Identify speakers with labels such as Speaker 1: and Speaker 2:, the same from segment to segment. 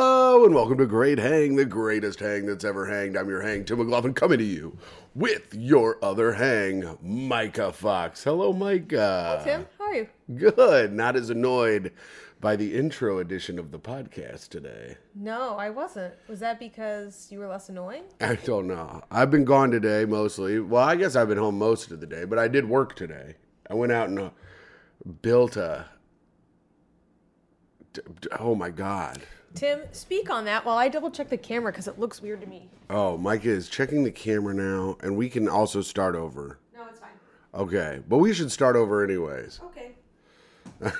Speaker 1: welcome to Great Hang, the greatest hang that's ever hanged. I'm your hang, Tim McLaughlin, coming to you with your other hang, Micah Fox. Hello, Micah.
Speaker 2: Tim, how are you?
Speaker 1: Good. Not as annoyed by the intro edition of the podcast today.
Speaker 2: No, I wasn't. Was that because you were less annoying?
Speaker 1: I don't know. I've been gone today mostly. Well, I guess I've been home most of the day, but I did work today. I went out and uh, built a. d- d- Oh my God.
Speaker 2: Tim, speak on that while I double check the camera because it looks weird to me.
Speaker 1: Oh, Micah is checking the camera now, and we can also start over.
Speaker 2: No, it's fine.
Speaker 1: Okay, but we should start over anyways.
Speaker 2: Okay.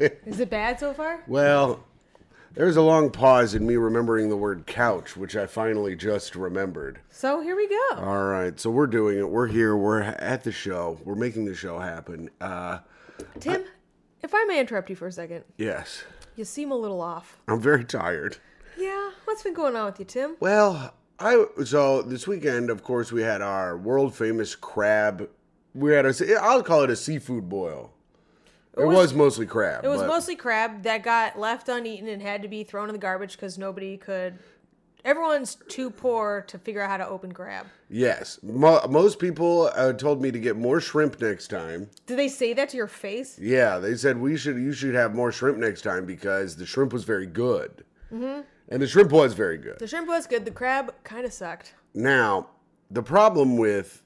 Speaker 2: Is it bad so far?
Speaker 1: Well, there's a long pause in me remembering the word couch, which I finally just remembered.
Speaker 2: So here we go.
Speaker 1: All right, so we're doing it. We're here. We're ha- at the show. We're making the show happen. Uh,
Speaker 2: Tim, if I may interrupt you for a second,
Speaker 1: yes,
Speaker 2: you seem a little off.
Speaker 1: I'm very tired.
Speaker 2: Yeah, what's been going on with you, Tim?
Speaker 1: Well, I so this weekend, of course, we had our world famous crab. We had a, I'll call it a seafood boil. It, was,
Speaker 2: was-
Speaker 1: mostly crab.
Speaker 2: It was
Speaker 1: but-
Speaker 2: mostly crab that got left uneaten and had to be thrown in the garbage because nobody could. Everyone's too poor to figure out how to open crab.
Speaker 1: Yes, Mo- most people uh, told me to get more shrimp next time.
Speaker 2: Did they say that to your face?
Speaker 1: Yeah, they said we should you should have more shrimp next time because the shrimp was very good, mm-hmm. and the shrimp was very good.
Speaker 2: The shrimp was good. The crab kind of sucked.
Speaker 1: Now, the problem with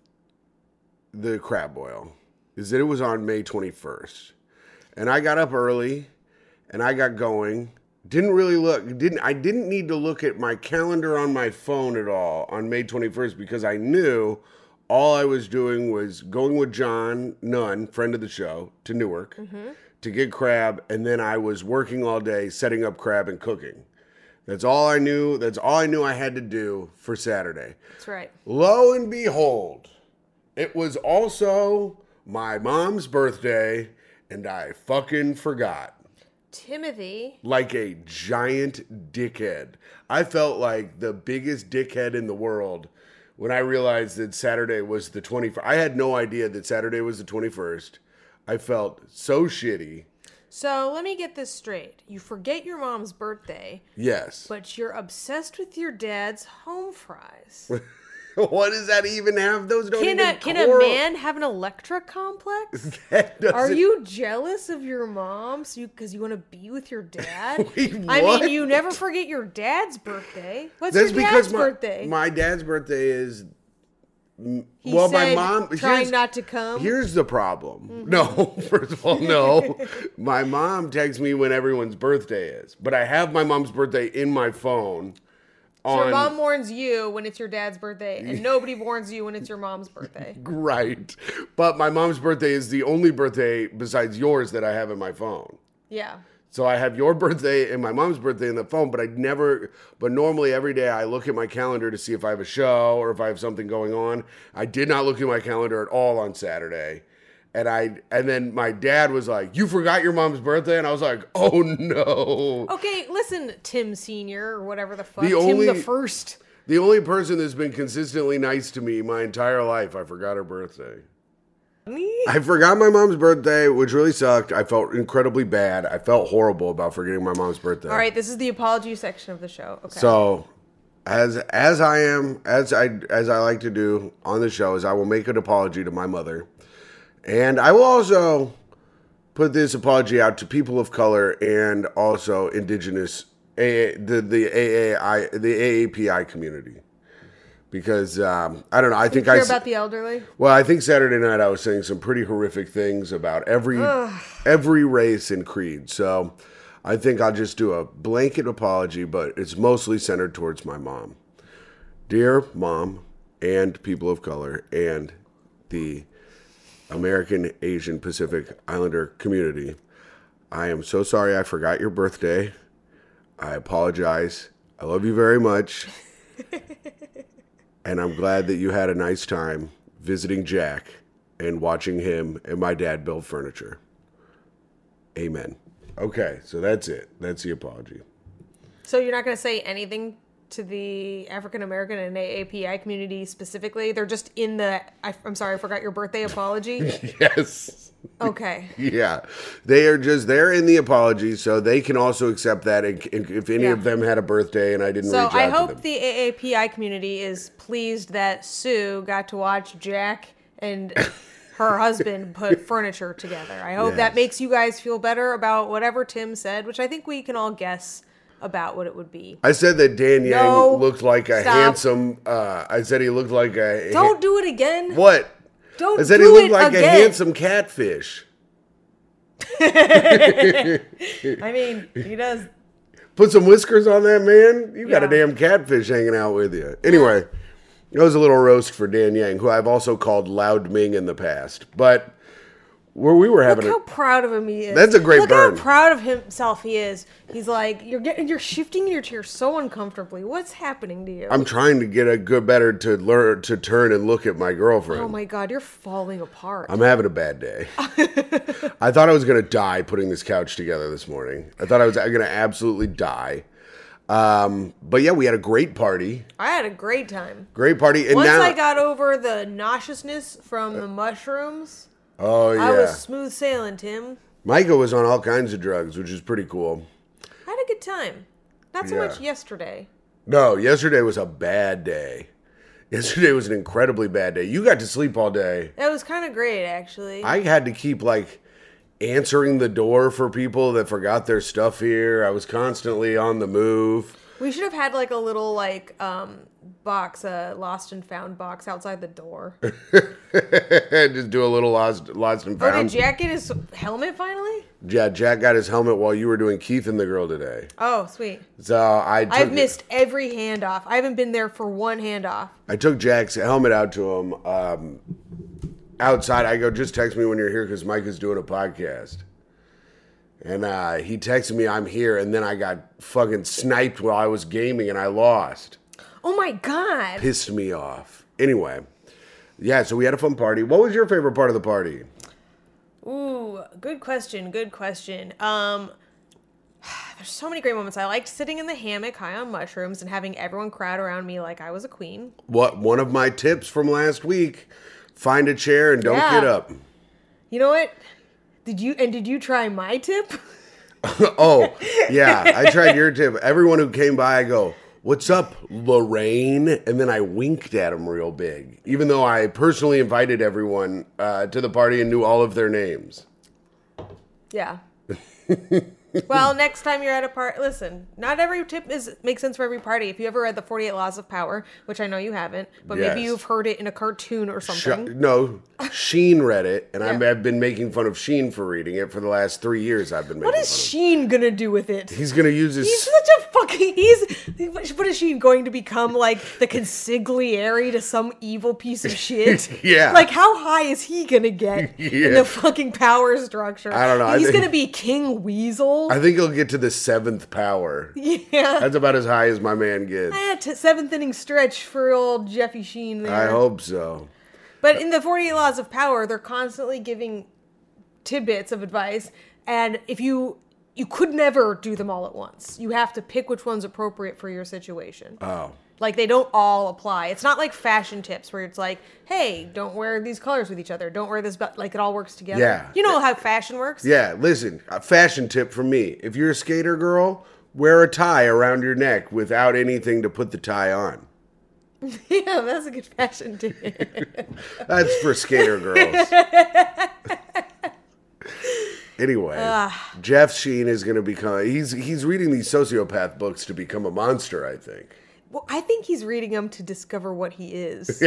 Speaker 1: the crab boil is that it was on May twenty first, and I got up early, and I got going. Didn't really look. Didn't I? Didn't need to look at my calendar on my phone at all on May twenty first because I knew all I was doing was going with John Nunn, friend of the show, to Newark to get crab, and then I was working all day setting up crab and cooking. That's all I knew. That's all I knew I had to do for Saturday.
Speaker 2: That's right.
Speaker 1: Lo and behold, it was also my mom's birthday, and I fucking forgot.
Speaker 2: Timothy.
Speaker 1: Like a giant dickhead. I felt like the biggest dickhead in the world when I realized that Saturday was the 21st. I had no idea that Saturday was the 21st. I felt so shitty.
Speaker 2: So let me get this straight. You forget your mom's birthday,
Speaker 1: Yes.
Speaker 2: but you're obsessed with your dad's home fries.
Speaker 1: what does that even have? Those don't
Speaker 2: Can a,
Speaker 1: even
Speaker 2: can a
Speaker 1: correl-
Speaker 2: man have an Electra complex?
Speaker 1: That
Speaker 2: Are
Speaker 1: doesn't-
Speaker 2: you jealous of your mom so you, cause you want to be with your dad?
Speaker 1: Wait,
Speaker 2: I
Speaker 1: what?
Speaker 2: mean, you never forget your dad's birthday. What's
Speaker 1: That's
Speaker 2: your dad's
Speaker 1: because my,
Speaker 2: birthday?
Speaker 1: my dad's birthday is.
Speaker 2: he
Speaker 1: well, my
Speaker 2: said,
Speaker 1: mom
Speaker 2: trying
Speaker 1: here's-
Speaker 2: not to come. Mm-hmm.
Speaker 1: Here's the problem. No, first of all, no. my mom texts me when everyone's birthday is, but I have my mom's birthday in my phone.
Speaker 2: So
Speaker 1: On
Speaker 2: your mom warns you when it's your dad's birthday, and nobody warns you when it's your mom's birthday.
Speaker 1: right, but my mom's birthday is the only birthday besides yours that I have in my phone.
Speaker 2: Yeah.
Speaker 1: So I have your birthday and my mom's birthday in the phone, but I never. But normally every day I look at my calendar to see if I have a show or if I have something going on. I did not look at my calendar at all on Saturday, and I and then my dad was like, "You forgot your mom's birthday," and I was like, "Oh no."
Speaker 2: Okay, listen, Tim Senior or whatever the fuck,
Speaker 1: The
Speaker 2: Tim the
Speaker 1: only-
Speaker 2: First.
Speaker 1: The only person that's been consistently nice to me my entire life, I forgot her birthday. I forgot my mom's birthday, which really sucked. I felt incredibly bad. I felt horrible about forgetting my mom's birthday.
Speaker 2: All right, this is the apology section of the show. Okay.
Speaker 1: So, as as I am as I as I like to do on the show is I will make an apology to my mother, and I will also put this apology out to people of color and also indigenous AA, the the AAI the AAPI community because um, I don't know I think I
Speaker 2: Care
Speaker 1: s-
Speaker 2: about the elderly?
Speaker 1: well I think Saturday night I was saying some pretty horrific things about every every race and creed so. I think I'll just do a blanket apology, but it's mostly centered towards my mom. Dear mom and people of color and the American Asian Pacific Islander community, I am so sorry I forgot your birthday. I apologize. I love you very much. and I'm glad that you had a nice time visiting Jack and watching him and my dad build furniture. Amen. Okay, so that's it. That's the apology.
Speaker 2: So you're not going to say anything to the African American and AAPI community specifically? They're just in the I, I'm sorry, I forgot your birthday apology.
Speaker 1: Yes.
Speaker 2: Okay.
Speaker 1: Yeah, they are just they're in the apology, so they can also accept that. And c- and if any
Speaker 2: Yeah.
Speaker 1: of them had a birthday and I didn't
Speaker 2: So
Speaker 1: reach out
Speaker 2: I
Speaker 1: to
Speaker 2: hope
Speaker 1: them,
Speaker 2: the AAPI community is pleased that Sue got to watch Jack and her husband put furniture together. I hope
Speaker 1: Yes.
Speaker 2: that makes you guys feel better about whatever Tim said, which I think we can all guess about what it would be.
Speaker 1: I said that Dan Yang
Speaker 2: No.
Speaker 1: looked like a
Speaker 2: Stop.
Speaker 1: handsome. Uh, I said he looked like a ha-
Speaker 2: Don't do it again.
Speaker 1: what?
Speaker 2: Don't
Speaker 1: I said
Speaker 2: do
Speaker 1: he looked
Speaker 2: it
Speaker 1: like
Speaker 2: again.
Speaker 1: a handsome catfish.
Speaker 2: I mean, he does.
Speaker 1: Put some whiskers on that man. You got a
Speaker 2: Yeah.
Speaker 1: damn catfish hanging out with you. Anyway, that was a little roast for Dan Yang, who I've also called Loud Ming in the past. But where we were having
Speaker 2: Look how
Speaker 1: a,
Speaker 2: proud of him he is.
Speaker 1: That's a great
Speaker 2: Look
Speaker 1: burn.
Speaker 2: how proud of himself he is. He's like, you're getting, you're shifting your chair so uncomfortably. What's happening to you?
Speaker 1: I'm trying to get a good better to learn to turn and look at my girlfriend.
Speaker 2: oh my god, you're falling apart.
Speaker 1: I'm having a bad day. I thought I was going to die putting this couch together this morning. I thought I was going to absolutely die. Um, but yeah, we had a great party.
Speaker 2: I had a great time.
Speaker 1: Great party. And
Speaker 2: Once
Speaker 1: now,
Speaker 2: I got over the nauseousness from the mushrooms,
Speaker 1: oh, yeah.
Speaker 2: I was smooth sailing, Tim.
Speaker 1: Micah was on all kinds of drugs, which is pretty cool.
Speaker 2: I had a good time. Not so
Speaker 1: Yeah.
Speaker 2: much yesterday.
Speaker 1: No, yesterday was a bad day. Yesterday was an incredibly bad day. You got to sleep all day.
Speaker 2: That was kind of great, actually.
Speaker 1: I had to keep like answering the door for people that forgot their stuff here. I was constantly on the move.
Speaker 2: we should have had like a little like um box, a lost and found box outside the door. oh,
Speaker 1: Just do a little lost, lost and
Speaker 2: did
Speaker 1: found.
Speaker 2: Jack get his helmet finally?
Speaker 1: yeah, Jack got his helmet while you were doing Keith and the girl today.
Speaker 2: Oh, sweet.
Speaker 1: So I took,
Speaker 2: I've missed every handoff. I haven't been there for one handoff.
Speaker 1: I took Jack's helmet out to him um, outside. I go, just text me when you're here because Mike is doing a podcast. And uh, he texted me, I'm here. And then I got fucking sniped while I was gaming and I lost.
Speaker 2: Oh my god.
Speaker 1: Pissed me off. Anyway, yeah, so we had a fun party. What was your favorite part of the party?
Speaker 2: Ooh, good question. Good question. Um, there's so many great moments. I liked sitting in the hammock high on mushrooms and having everyone crowd around me like I was a queen.
Speaker 1: what one of my tips from last week find a chair and don't
Speaker 2: Yeah.
Speaker 1: get up
Speaker 2: You know what? Did you and did you try my tip?
Speaker 1: oh yeah i tried your tip everyone who came by i go what's up lorraine and then i winked at them real big even though i personally invited everyone uh, to the party and knew all of their names
Speaker 2: Yeah. well, next time you're at a party, listen. Not every tip is makes sense for every party. If you ever read the 48 Laws of Power, which I know you haven't, but maybe
Speaker 1: Yes.
Speaker 2: you've heard it in a cartoon or
Speaker 1: Sh-
Speaker 2: something.
Speaker 1: no sheen read it and I'm,
Speaker 2: Yeah.
Speaker 1: i've been making fun of sheen for reading it for the last three years i've been making
Speaker 2: what
Speaker 1: fun
Speaker 2: is Sheen gonna do with it?
Speaker 1: of he's gonna use his
Speaker 2: He's such a fucking. He's. What is she going to become like the consigliere to some evil piece of shit?
Speaker 1: Yeah.
Speaker 2: Like how high is he gonna get in
Speaker 1: Yeah.
Speaker 2: the fucking power structure?
Speaker 1: I don't know. I
Speaker 2: He's
Speaker 1: think-
Speaker 2: gonna be King Weasel.
Speaker 1: i think he'll get to the seventh power
Speaker 2: yeah.
Speaker 1: that's about as high as my man gets
Speaker 2: Yeah, t- seventh inning stretch for old Jeffy Sheen there.
Speaker 1: i hope so
Speaker 2: But in the 48 Laws of Power, they're constantly giving tidbits of advice, and if you you could never do them all at once. You have to pick which one's appropriate for your situation.
Speaker 1: oh
Speaker 2: Like they don't all apply. It's not like fashion tips where it's like, hey, don't wear these colors with each other. Don't wear this, but like it all works together.
Speaker 1: Yeah.
Speaker 2: You know how fashion works.
Speaker 1: Yeah, listen, a fashion tip from me. If you're a skater girl, wear a tie around your neck without anything to put the tie on.
Speaker 2: yeah that's a good fashion tip.
Speaker 1: That's for skater girls. anyway, Jeff Sheen is going to become he's he's reading these sociopath books to become a monster, I think.
Speaker 2: well, I think he's reading them to discover what he is.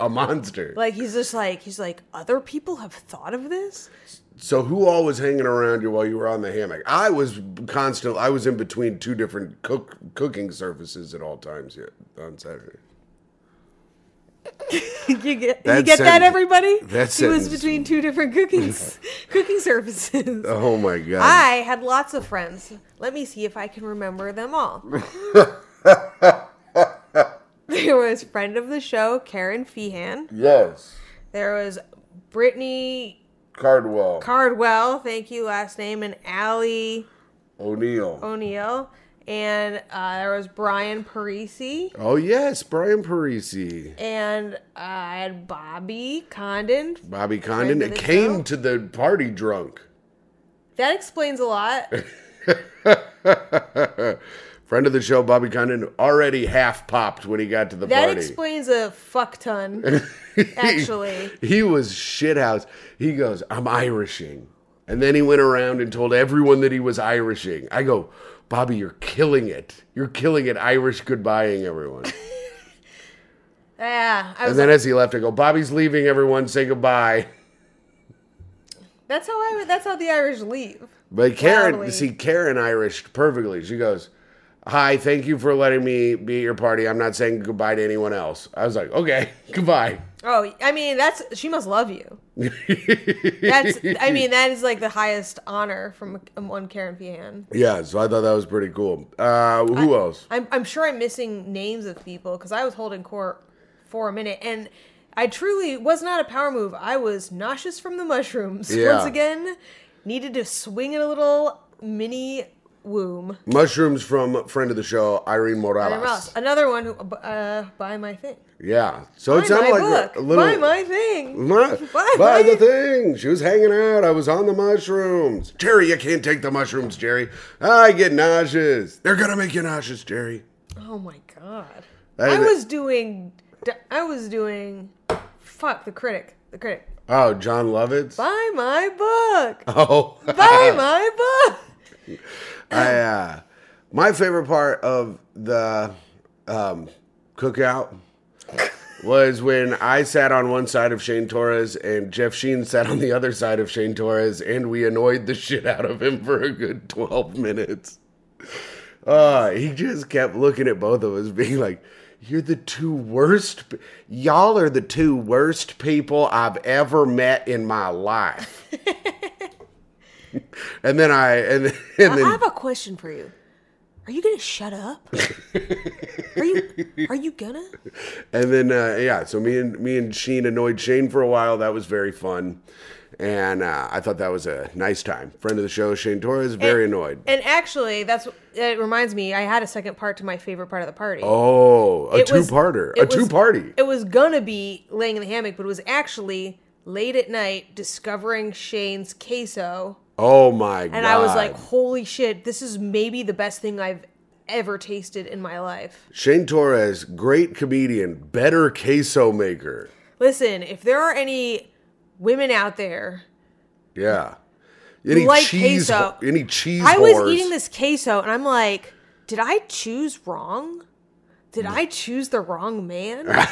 Speaker 1: a monster.
Speaker 2: Like he's just like he's like other people have thought of this.
Speaker 1: So who all was hanging around you while you were on the hammock? I was constant I was in between two different cook cooking surfaces at all times yet on Saturday.
Speaker 2: you get you
Speaker 1: That
Speaker 2: get that
Speaker 1: sentence-
Speaker 2: everybody.
Speaker 1: that
Speaker 2: he was
Speaker 1: sentence-
Speaker 2: between two different cooking cooking services.
Speaker 1: Oh my god.
Speaker 2: I had lots of friends. Let me see if I can remember them all. there was friend of the show, Karen Feehan.
Speaker 1: yes.
Speaker 2: There was Brittany
Speaker 1: Cardwell,
Speaker 2: Cardwell, thank you, last name, and Allie
Speaker 1: O'Neill,
Speaker 2: O'Neill. and uh, there was Brian Parisi,
Speaker 1: Oh yes, Brian Parisi,
Speaker 2: and uh, I had Bobby Condon.
Speaker 1: Bobby Condon.
Speaker 2: of
Speaker 1: It
Speaker 2: the
Speaker 1: came
Speaker 2: show.
Speaker 1: to the party drunk.
Speaker 2: That explains a lot.
Speaker 1: Friend of the show, Bobby Condon, already half popped when he got to the
Speaker 2: That
Speaker 1: party.
Speaker 2: explains a fuck ton, actually.
Speaker 1: he was shithouse. He goes, I'm Irishing. And then he went around and told everyone that he was Irishing. I go, Bobby, you're killing it. You're killing it, Irish goodbying everyone.
Speaker 2: Yeah, I was
Speaker 1: And then as he left, I go, Bobby's leaving everyone, say goodbye.
Speaker 2: That's how I. would- That's how the Irish leave.
Speaker 1: But Karen,
Speaker 2: Loudly.
Speaker 1: see, Karen Irish perfectly. She goes, Hi, thank you for letting me be at your party. I'm not saying goodbye to anyone else. I was like, Okay, goodbye.
Speaker 2: Oh, I mean, that's she must love you. That's. I mean, that is like the highest honor from um, one Karen Pihan.
Speaker 1: Yeah, so I thought that was pretty cool. Uh, who else?
Speaker 2: I'm. I'm sure I'm missing names of people because I was holding court for a minute and. I truly was not a power move. I was nauseous from the mushrooms
Speaker 1: Yeah.
Speaker 2: once again. Needed to swing in a little mini womb.
Speaker 1: Mushrooms from friend of the show, Irene Morales.
Speaker 2: Somewhere else. Another one who uh, buy my thing.
Speaker 1: Yeah, so it
Speaker 2: Buy my
Speaker 1: sounded like
Speaker 2: book.
Speaker 1: a little.
Speaker 2: buy my thing.
Speaker 1: My-
Speaker 2: Buy
Speaker 1: buy
Speaker 2: my-
Speaker 1: the thing. She was hanging out. I was on the mushrooms. Jerry, you can't take the mushrooms, Jerry. I get nauseous. They're gonna make you nauseous, Jerry.
Speaker 2: Oh my god!
Speaker 1: That
Speaker 2: I
Speaker 1: is-
Speaker 2: was doing, I was doing, fuck the critic, the critic.
Speaker 1: Oh, John Lovitz.
Speaker 2: Buy my book.
Speaker 1: Oh,
Speaker 2: Buy my book.
Speaker 1: I, uh, my favorite part of the um, cookout was when I sat on one side of Shane Torres and Jeff Sheen sat on the other side of Shane Torres, and we annoyed the shit out of him for a good 12 minutes. Uh, he just kept looking at both of us, being like, You're the two worst. p- Y'all are the two worst people I've ever met in my life. and then I, and, then- and then
Speaker 2: I have a question for you. Are you gonna shut up? are you? Are you gonna?
Speaker 1: And then uh, yeah, so me and me and Sheen annoyed Shane for a while. That was very fun, and uh, I thought that was a nice time. Friend of the show, Shane Torres, very annoyed.
Speaker 2: And actually, that's. It reminds me. I had a second part to my favorite part of the party.
Speaker 1: Oh, a
Speaker 2: It was-
Speaker 1: two-parter,
Speaker 2: it
Speaker 1: a
Speaker 2: was-
Speaker 1: two-party.
Speaker 2: It was gonna be laying in the hammock, but it was actually late at night discovering Shane's queso.
Speaker 1: Oh my god!
Speaker 2: And I was like, holy shit, this is maybe the best thing I've ever tasted in my life.
Speaker 1: Shane Torres, great comedian, better queso maker.
Speaker 2: Listen, if there are any women out there,
Speaker 1: Yeah. Any
Speaker 2: Like
Speaker 1: cheese?
Speaker 2: queso.
Speaker 1: wh- Any cheese?
Speaker 2: I was
Speaker 1: whores.
Speaker 2: eating this queso and I'm like, did I choose wrong? Did I choose the wrong man?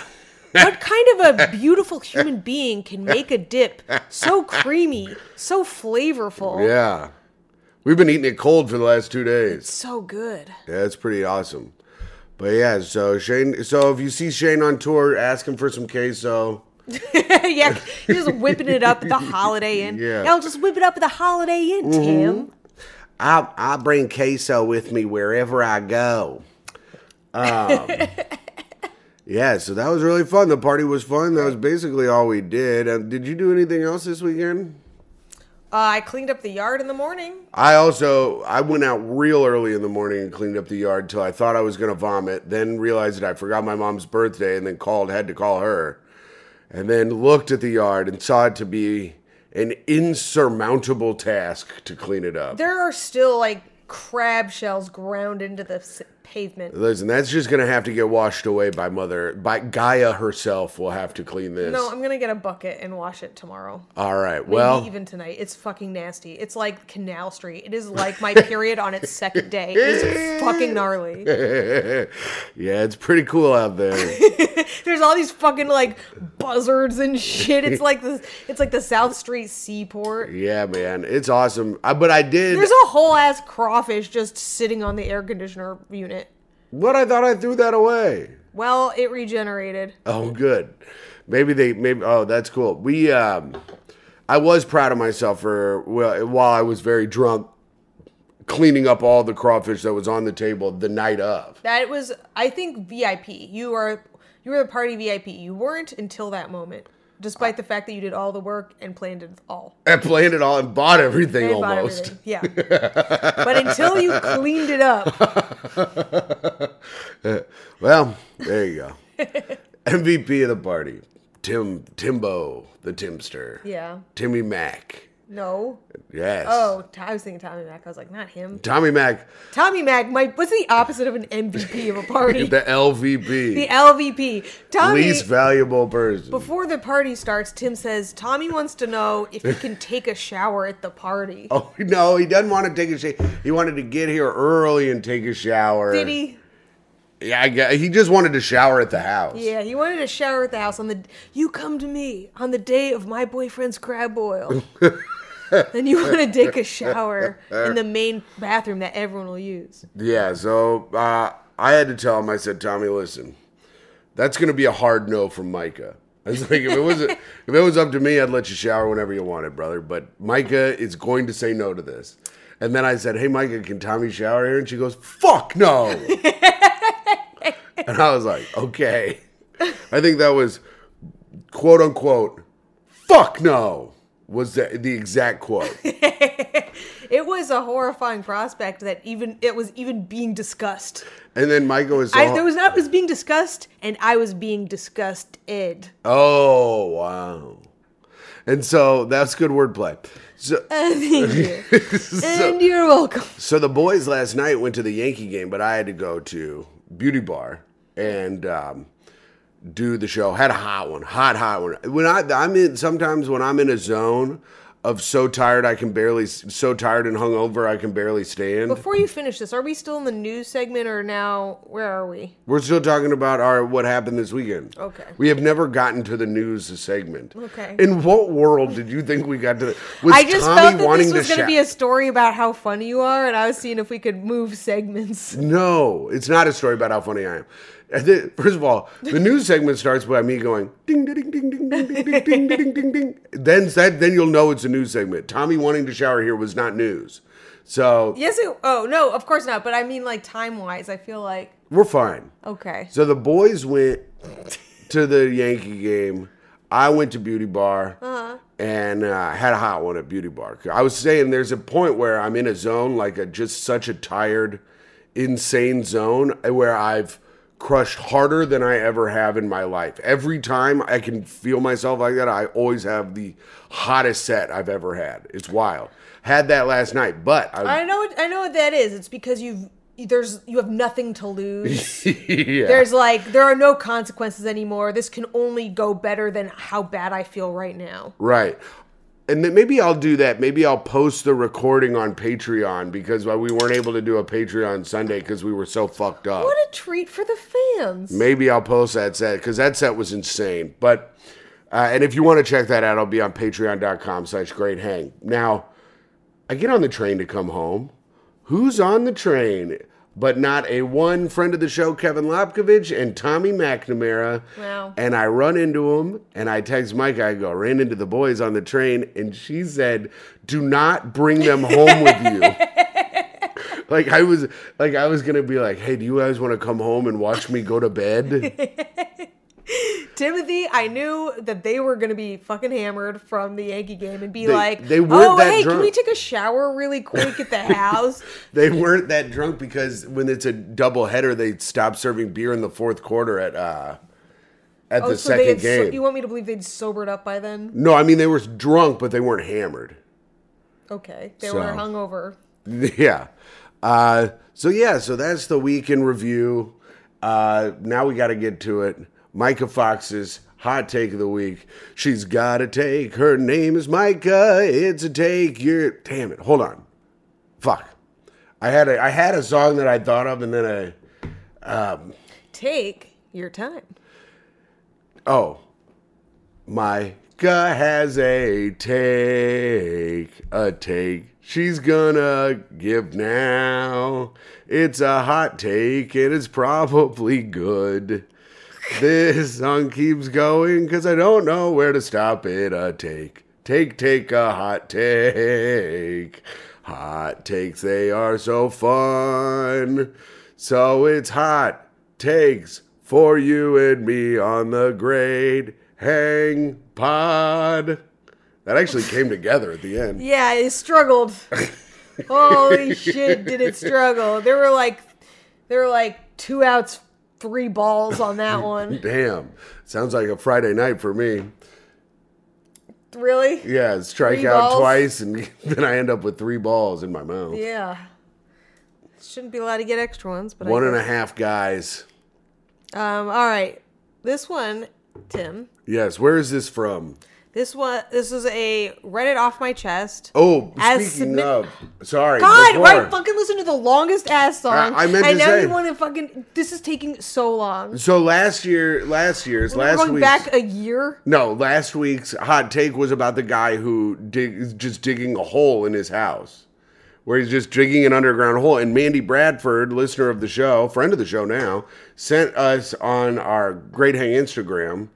Speaker 2: what kind of a beautiful human being can make a dip so creamy, so flavorful,
Speaker 1: Yeah. We've been eating it cold for the last two days.
Speaker 2: so good?
Speaker 1: Yeah, that's pretty awesome. But yeah, so Shane. So if you see Shane on tour, ask him for some queso.
Speaker 2: yeah, you're just whipping it up at the Holiday Inn.
Speaker 1: Yeah. Mm-hmm.
Speaker 2: Y'all just whip it up at the Holiday Inn, Tim.
Speaker 1: I I bring queso with me wherever I go. Um, yeah, so that was really fun. The party was fun. That was basically all we did. Um, did you do anything else this weekend?
Speaker 2: Uh, I cleaned up the yard in the morning.
Speaker 1: I also I went out real early in the morning and cleaned up the yard till I thought I was gonna vomit. Then realized that I forgot my mom's birthday and then called had to call her, and then looked at the yard and saw it to be an insurmountable task to clean it up.
Speaker 2: There are still like crab shells ground into the s- pavement.
Speaker 1: Listen, that's just gonna have to get washed away by mother by Gaia herself. Will have to clean this.
Speaker 2: No, I'm gonna get a bucket and wash it tomorrow.
Speaker 1: All right.
Speaker 2: Maybe
Speaker 1: Well,
Speaker 2: even tonight. It's fucking nasty. It's like Canal Street. It is like my period on its second day. It's fucking gnarly.
Speaker 1: yeah, it's pretty cool out there.
Speaker 2: There's all these fucking like buzzards and shit. It's like the it's like the South Street seaport.
Speaker 1: yeah, man, it's awesome. I, but I did.
Speaker 2: There's a whole ass crawfish just sitting on the air conditioner unit.
Speaker 1: what I thought I threw that away.
Speaker 2: Well, it regenerated.
Speaker 1: Oh, good. Maybe they maybe. Oh, that's cool. We. um I was proud of myself for well, while I was very drunk, cleaning up all the crawfish that was on the table the night of.
Speaker 2: That was, I think, VIP. You are, you were the party VIP. You weren't until that moment. despite the fact that you did all the work and planned it all.
Speaker 1: I planned it all and bought everything
Speaker 2: They bought
Speaker 1: almost.
Speaker 2: everything. Yeah. but until you cleaned it up,
Speaker 1: Well, there you go. MVP of the party, Tim Timbo the Timster,
Speaker 2: yeah.
Speaker 1: Timmy Mack.
Speaker 2: No.
Speaker 1: Yes.
Speaker 2: Oh, I was thinking Tommy Mack. I was like, not him.
Speaker 1: Tommy Mack,
Speaker 2: Tommy Mack, my what's the opposite of an MVP of a party?
Speaker 1: the LVP,
Speaker 2: the LVP. Tommy
Speaker 1: least valuable person.
Speaker 2: before the party starts, Tim says Tommy wants to know if he can take a shower at the party.
Speaker 1: oh no, he doesn't want to take a shower. He wanted to get here early and take a shower.
Speaker 2: Did he?
Speaker 1: Yeah, I guess. he just wanted to shower at the house.
Speaker 2: Yeah, he wanted a shower at the house on the. You come to me on the day of my boyfriend's crab boil. Then you want to take a shower in the main bathroom that everyone will use.
Speaker 1: Yeah, so uh, I had to tell him. I said, Tommy, listen, that's going to be a hard no from Micah. I was like, if it was if it was up to me, I'd let you shower whenever you wanted, brother. But Micah is going to say no to this. And then I said, Hey, Micah, can Tommy shower here? And she goes, Fuck no. and I was like, Okay. I think that was quote unquote, fuck no, was the, the exact quote.
Speaker 2: It was a horrifying prospect that even it was even being discussed.
Speaker 1: And then Micah was,
Speaker 2: I,
Speaker 1: all-
Speaker 2: there was that was being discussed, and I was being disgusted.
Speaker 1: Oh wow! And so that's good wordplay. So,
Speaker 2: Uh, thank you.
Speaker 1: so,
Speaker 2: and you're welcome.
Speaker 1: so the boys last night went to the Yankee game, but I had to go to Beauty Bar and um, do the show. Had a hot one, hot hot one. When I I'm in sometimes when I'm in a zone of so tired I can barely so tired and hungover I can barely stand.
Speaker 2: Before you finish this, are we still in the news segment or now where are we?
Speaker 1: We're still talking about our what happened this weekend.
Speaker 2: Okay.
Speaker 1: We have never gotten to the news segment.
Speaker 2: Okay.
Speaker 1: In what world did you think we got to? The, was
Speaker 2: I just
Speaker 1: Tommy
Speaker 2: felt that
Speaker 1: wanting
Speaker 2: this was
Speaker 1: to
Speaker 2: going to
Speaker 1: shout-
Speaker 2: be a story about how funny you are, and I was seeing if we could move segments.
Speaker 1: No, it's not a story about how funny I am. And then- First of all, the news segment starts by me going ding ding ding ding ding ding ding ding ding ding ding ding. Then that then you'll know it's a news segment. Tommy wanting to shower here was not news. So
Speaker 2: Yes. It, oh no, of course not. But I mean, like time wise, I feel like
Speaker 1: we're fine.
Speaker 2: okay.
Speaker 1: So the boys went to the Yankee game. I went to Beauty Bar and uh, had a hot one at Beauty Bar. I was saying there's a point where I'm in a zone, like a just such a tired, insane zone eh, where I've crushed harder than I ever have in my life. Every time I can feel myself like that, I always have the hottest set I've ever had. It's wild. Had that last night, but I,
Speaker 2: I know. What, I know what that is. It's because you've there's you have nothing to lose.
Speaker 1: yeah.
Speaker 2: There's like there are no consequences anymore. This can only go better than how bad I feel right now.
Speaker 1: Right. And then maybe I'll do that. Maybe I'll post the recording on Patreon because uh, we weren't able to do a Patreon Sunday because we were so fucked up.
Speaker 2: What a treat for the fans.
Speaker 1: Maybe I'll post that set because that set was insane. But uh, and if you want to check that out, I'll be on Patreon.com/slash Great Hang. Now, I get on the train to come home. Who's on the train? But not a one friend of the show, Kevin Lopkovich and Tommy McNamara.
Speaker 2: Wow.
Speaker 1: And I run into him and I text Mike. I go, ran into the boys on the train, and she said, "Do not bring them home with you." Like I was, like I was gonna be like, "Hey, do you guys want to come home and watch me go to bed?"
Speaker 2: Timothy, I knew that they were going to be fucking hammered from the Yankee game and be
Speaker 1: They-
Speaker 2: like,
Speaker 1: they weren't
Speaker 2: "Oh,
Speaker 1: that
Speaker 2: hey,
Speaker 1: drunk."
Speaker 2: can we take a shower really quick at the house?"
Speaker 1: they weren't that drunk because when it's a double header, they stop serving beer in the fourth quarter at uh at the
Speaker 2: they
Speaker 1: second
Speaker 2: had Oh, so-
Speaker 1: game.
Speaker 2: you want me to believe they'd sobered up by then?
Speaker 1: no, I mean they were drunk, but they weren't hammered.
Speaker 2: Okay, they
Speaker 1: So-
Speaker 2: were hungover.
Speaker 1: Yeah. Uh, so yeah, so that's the week in review. Uh, now we got to get to it. Micah Fox's hot take of the week. She's got a take. Her name is Micah. It's a take. You're damn it. Hold on. Fuck. I had a I had a song that I thought of, and then I um,
Speaker 2: Take your time.
Speaker 1: oh, Micah has a take, a take. She's gonna give now. It's a hot take, and it's probably good. This song keeps going because I don't know where to stop it. A take, take, take, a hot take. Hot takes, they are so fun. So it's hot takes for you and me on the grade. Hang Pod. That actually came together at the end.
Speaker 2: Yeah, it struggled. Holy shit, did it struggle? There were like, there were like two outs, three balls on that one.
Speaker 1: Damn. Sounds like a Friday night for me.
Speaker 2: Really?
Speaker 1: Yeah, strike
Speaker 2: Three
Speaker 1: out
Speaker 2: balls?
Speaker 1: twice, and then I end up with three balls in my mouth.
Speaker 2: Yeah. Shouldn't be allowed to get extra ones, but
Speaker 1: One
Speaker 2: I
Speaker 1: and a half guys.
Speaker 2: Um, all right, this one, Tim.
Speaker 1: Yes, where is this from?
Speaker 2: This one, this is a Reddit off my chest.
Speaker 1: Oh,
Speaker 2: As
Speaker 1: speaking
Speaker 2: submit-
Speaker 1: of, sorry.
Speaker 2: God,
Speaker 1: before-
Speaker 2: right? Fucking listen to the longest ass song.
Speaker 1: I- I meant
Speaker 2: and
Speaker 1: to
Speaker 2: now
Speaker 1: say-
Speaker 2: you want to fucking. This is taking so long.
Speaker 1: So last year, last year's,
Speaker 2: We're
Speaker 1: last
Speaker 2: going
Speaker 1: week's,
Speaker 2: back a year.
Speaker 1: no, last week's hot take was about the guy who dig, is just digging a hole in his house, where he's just digging an underground hole. And Mandy Bradford, listener of the show, friend of the show now, sent us on our Great Hang Instagram.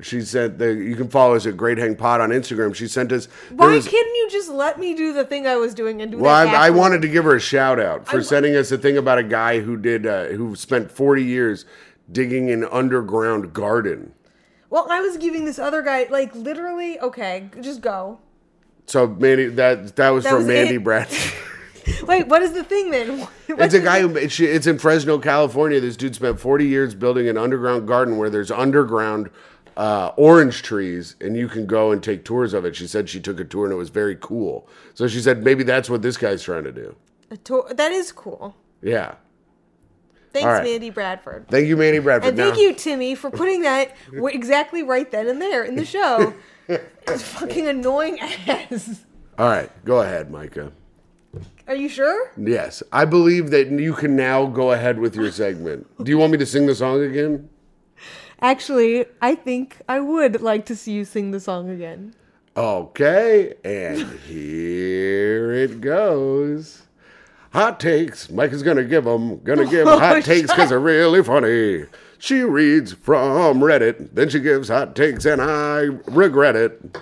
Speaker 1: She said that you can follow us at Great Hang Pod on Instagram. She sent us. there
Speaker 2: Why
Speaker 1: was-
Speaker 2: couldn't you just let me do the thing I was doing and do
Speaker 1: Well,
Speaker 2: that?
Speaker 1: I, I
Speaker 2: afterwards?
Speaker 1: wanted to give her a shout out for sending us a thing about a guy who did uh, who spent 40 years digging an underground garden.
Speaker 2: Well, I was giving this other guy like literally. Okay, just go.
Speaker 1: So Mandy, that that was
Speaker 2: That
Speaker 1: from
Speaker 2: was
Speaker 1: Mandy
Speaker 2: it.
Speaker 1: Bradford.
Speaker 2: Wait, what is the thing then?
Speaker 1: It's a guy. Who, it's, it's in Fresno, California. This dude spent 40 years building an underground garden where there's underground uh, orange trees, and you can go and take tours of it. She said she took a tour and it was very cool. So she said maybe that's what this guy's trying to do.
Speaker 2: A tour- that is cool.
Speaker 1: Yeah.
Speaker 2: Thanks,
Speaker 1: All right.
Speaker 2: Mandy Bradford.
Speaker 1: Thank you, Mandy Bradford.
Speaker 2: And thank
Speaker 1: Now-
Speaker 2: you, Timmy, for putting that w- exactly right then and there in the show. it's fucking annoying ass.
Speaker 1: All right, go ahead, Micah.
Speaker 2: Are you sure?
Speaker 1: Yes, I believe that you can now go ahead with your segment. Do you want me to sing the song again?
Speaker 2: Actually, I think I would like to see you sing the song again.
Speaker 1: Okay, and here it goes. Hot takes. Mike is gonna give 'em. Gonna give hot takes because they're really funny. She reads from Reddit, then she gives hot takes, and I regret it.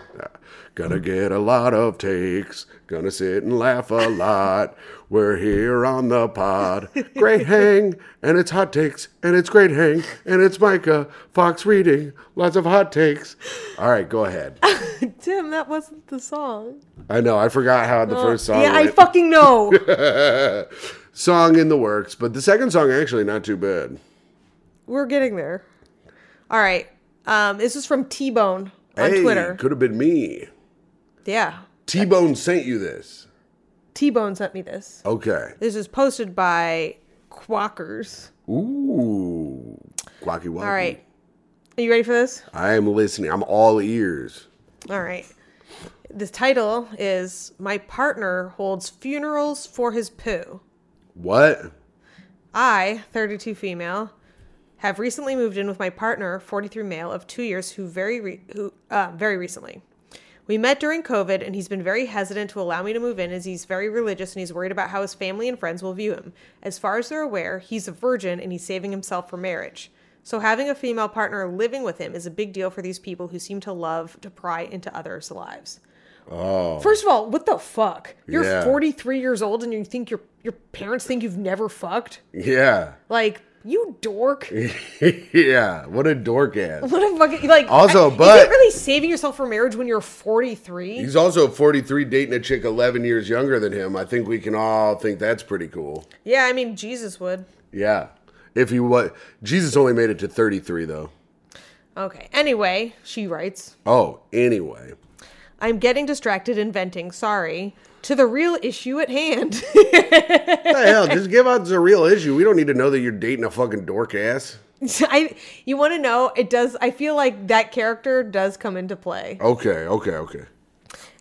Speaker 1: Gonna get a lot of takes. Gonna sit and laugh a lot. We're here on the pod. Great hang, and it's hot takes, and it's great hang, and it's Micah Fox reading. Lots of hot takes. All right, go ahead.
Speaker 2: Tim, that wasn't the song.
Speaker 1: I know. I forgot how the first song.
Speaker 2: yeah, I
Speaker 1: went.
Speaker 2: fucking know.
Speaker 1: song in the works, but the second song actually not too bad.
Speaker 2: We're getting there. All right. Um, this is from T Bone on
Speaker 1: hey,
Speaker 2: Twitter.
Speaker 1: could have been me.
Speaker 2: Yeah.
Speaker 1: T Bone sent you this.
Speaker 2: T Bone sent me this.
Speaker 1: Okay.
Speaker 2: This is posted by Quackers.
Speaker 1: Ooh, quacky wacky.
Speaker 2: All right. Are you ready for this?
Speaker 1: I am listening. I'm all ears.
Speaker 2: All right. The title is My Partner Holds Funerals for His Poo.
Speaker 1: What?
Speaker 2: I, 32 female, have recently moved in with my partner, 43 male, of two years, who very re- who uh, very recently. We met during COVID, and he's been very hesitant to allow me to move in as he's very religious and he's worried about how his family and friends will view him. As far as they're aware, he's a virgin and he's saving himself for marriage. So having a female partner living with him is a big deal for these people who seem to love to pry into others' lives.
Speaker 1: Oh,
Speaker 2: First of all, what the fuck? You're
Speaker 1: Yeah.
Speaker 2: 43 years old and you think your your parents think you've never fucked?
Speaker 1: yeah,
Speaker 2: Like, you dork.
Speaker 1: yeah. What a dork ass.
Speaker 2: What a fucking like.
Speaker 1: Also,
Speaker 2: I- is
Speaker 1: but-
Speaker 2: it really saving yourself for marriage when you're 43?
Speaker 1: He's also 43, dating a chick 11 years younger than him. I think we can all think that's pretty cool.
Speaker 2: Yeah, I mean Jesus would.
Speaker 1: Yeah. If he was, Jesus only made it to 33 though.
Speaker 2: Okay. Anyway, she writes,
Speaker 1: Oh, anyway.
Speaker 2: "I'm getting distracted inventing. Sorry." To the real issue at hand.
Speaker 1: What the hell? Just give out the real issue. We don't need to know that you're dating a fucking dork ass.
Speaker 2: I you want to know? It does. I feel like that character does come into play.
Speaker 1: Okay, okay, okay.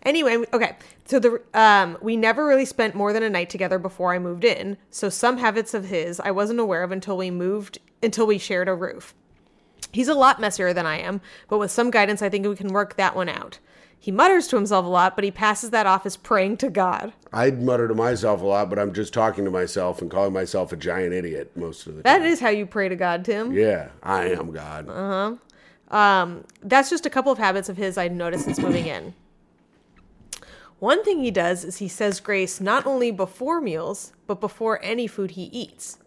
Speaker 2: Anyway, okay. So the um, we never really spent more than a night together before I moved in. So some habits of his I wasn't aware of until we moved until we shared a roof. He's a lot messier than I am, but with some guidance, I think we can work that one out. He mutters to himself a lot, but he passes that off as praying to God.
Speaker 1: I'd mutter to myself a lot, but I'm just talking to myself and calling myself a giant idiot most of the time.
Speaker 2: That is how you pray to God, Tim.
Speaker 1: Yeah, I am God.
Speaker 2: Um, that's just a couple of habits of his I'd noticed since moving in. One thing he does is he says grace not only before meals, but before any food he eats.